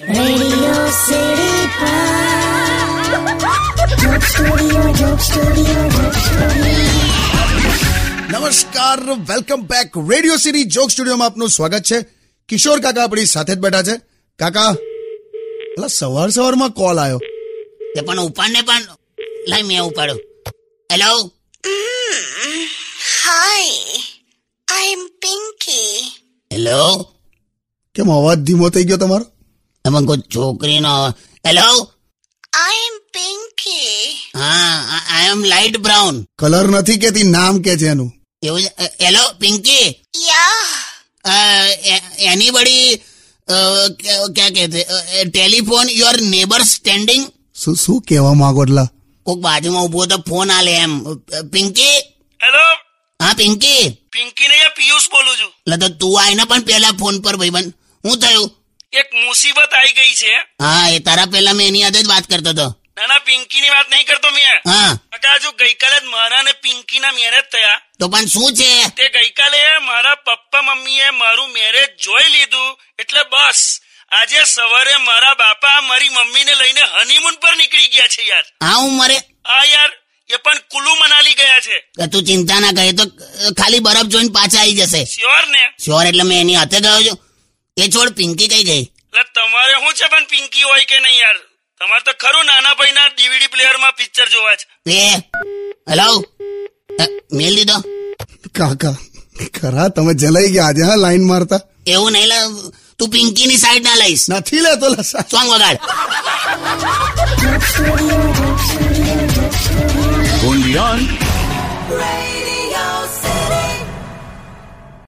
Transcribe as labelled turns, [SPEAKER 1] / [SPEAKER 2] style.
[SPEAKER 1] Radio City Pod. Joke Studio, Joke Studio, Joke Studio.
[SPEAKER 2] નમસ્કાર welcome back radio city joke સ્ટુડિયોમાં આપનું સ્વાગત છે કિશોર કાકા આપણી સાથે જ બેઠા છે કાકા અલા સવાર સવારમાં કોલ આવ્યો
[SPEAKER 3] તે પણ ઉપાડ ને પણ લાઈ મેં ઉપાડો hello
[SPEAKER 4] Hi, I'm Pinky.
[SPEAKER 3] Hello
[SPEAKER 2] કેમ અવાજ ધીમો થઈ ગયો તમારો
[SPEAKER 3] તમે કોઈ છોકરીનો હેલો
[SPEAKER 4] I'm Pinky.
[SPEAKER 3] હા I am light brown
[SPEAKER 2] colour નથી કેતી નામ કે છે એનું
[SPEAKER 3] એવું છે? હેલો પિંકી
[SPEAKER 4] Yeah,
[SPEAKER 3] એની બડી ક્યાં કહેતે ટેલિફોન યોર નેબર સ્ટેન્ડિંગ
[SPEAKER 2] શું શું કહેવા માંગો એટલા
[SPEAKER 3] કોક બાજુમાં ઉભો તો ફોન આલે એમ પિંકી
[SPEAKER 5] હેલો
[SPEAKER 3] હા પિંકી
[SPEAKER 5] પિંકી નહીં આ પિયુષ બોલું છું
[SPEAKER 3] એટલે તો તું આઈને પણ પેલા ફોન પર ભાઈબંધ હું થયું
[SPEAKER 5] એક મુસીબત આવી ગઈ છે
[SPEAKER 3] હા એ તારા પેલા મેં એની હાથે જ વાત કરતો હતો
[SPEAKER 5] ના ના પિંકીની વાત નહીં કરતો મેં
[SPEAKER 3] હા
[SPEAKER 5] કાકા હજુ ગઈકાલે જ મારા અને પિંકીના મેરેજ થયા
[SPEAKER 3] તો પણ શું છે
[SPEAKER 5] તે ગઈકાલે મારા પપ્પા મમ્મીએ મારું મેરેજ જોઈ લીધું એટલે બસ આજે સવારે મારા બાપા મારી મમ્મીને લઈને હનીમૂન પર નીકળી ગયા છે યાર
[SPEAKER 3] આ ઉંમરે
[SPEAKER 5] આ યાર એ પણ કુલુ મનાલી ગયા છે
[SPEAKER 3] તો તું ચિંતા ના કરે તો ખાલી બરફ જોઈને પાછા આવી જશે
[SPEAKER 5] શ્યોર ને
[SPEAKER 3] શ્યોર એટલે મેં એની હાથે ગયો છું એ છોડ પિંકી કઈ ગઈ
[SPEAKER 5] એટલે તમારે શું છે પણ પિંકી હોય કે નહીં યાર તમારે તો ખરું નાના ભાઈના ડીવીડી પ્લેયરમાં પિક્ચર જોવા છે
[SPEAKER 3] તે હેલો અ, મેલ દીધો
[SPEAKER 2] કાકા ખરા તમે જલાઈ ગયા આજે હા લાઈન મારતા
[SPEAKER 3] એવું નહીં લા, તું પિંકીની સાઈડ ના લઈશ
[SPEAKER 2] નથી લેતો લા સા-
[SPEAKER 3] સોંગ વગાડ
[SPEAKER 1] Joke Studio, Joke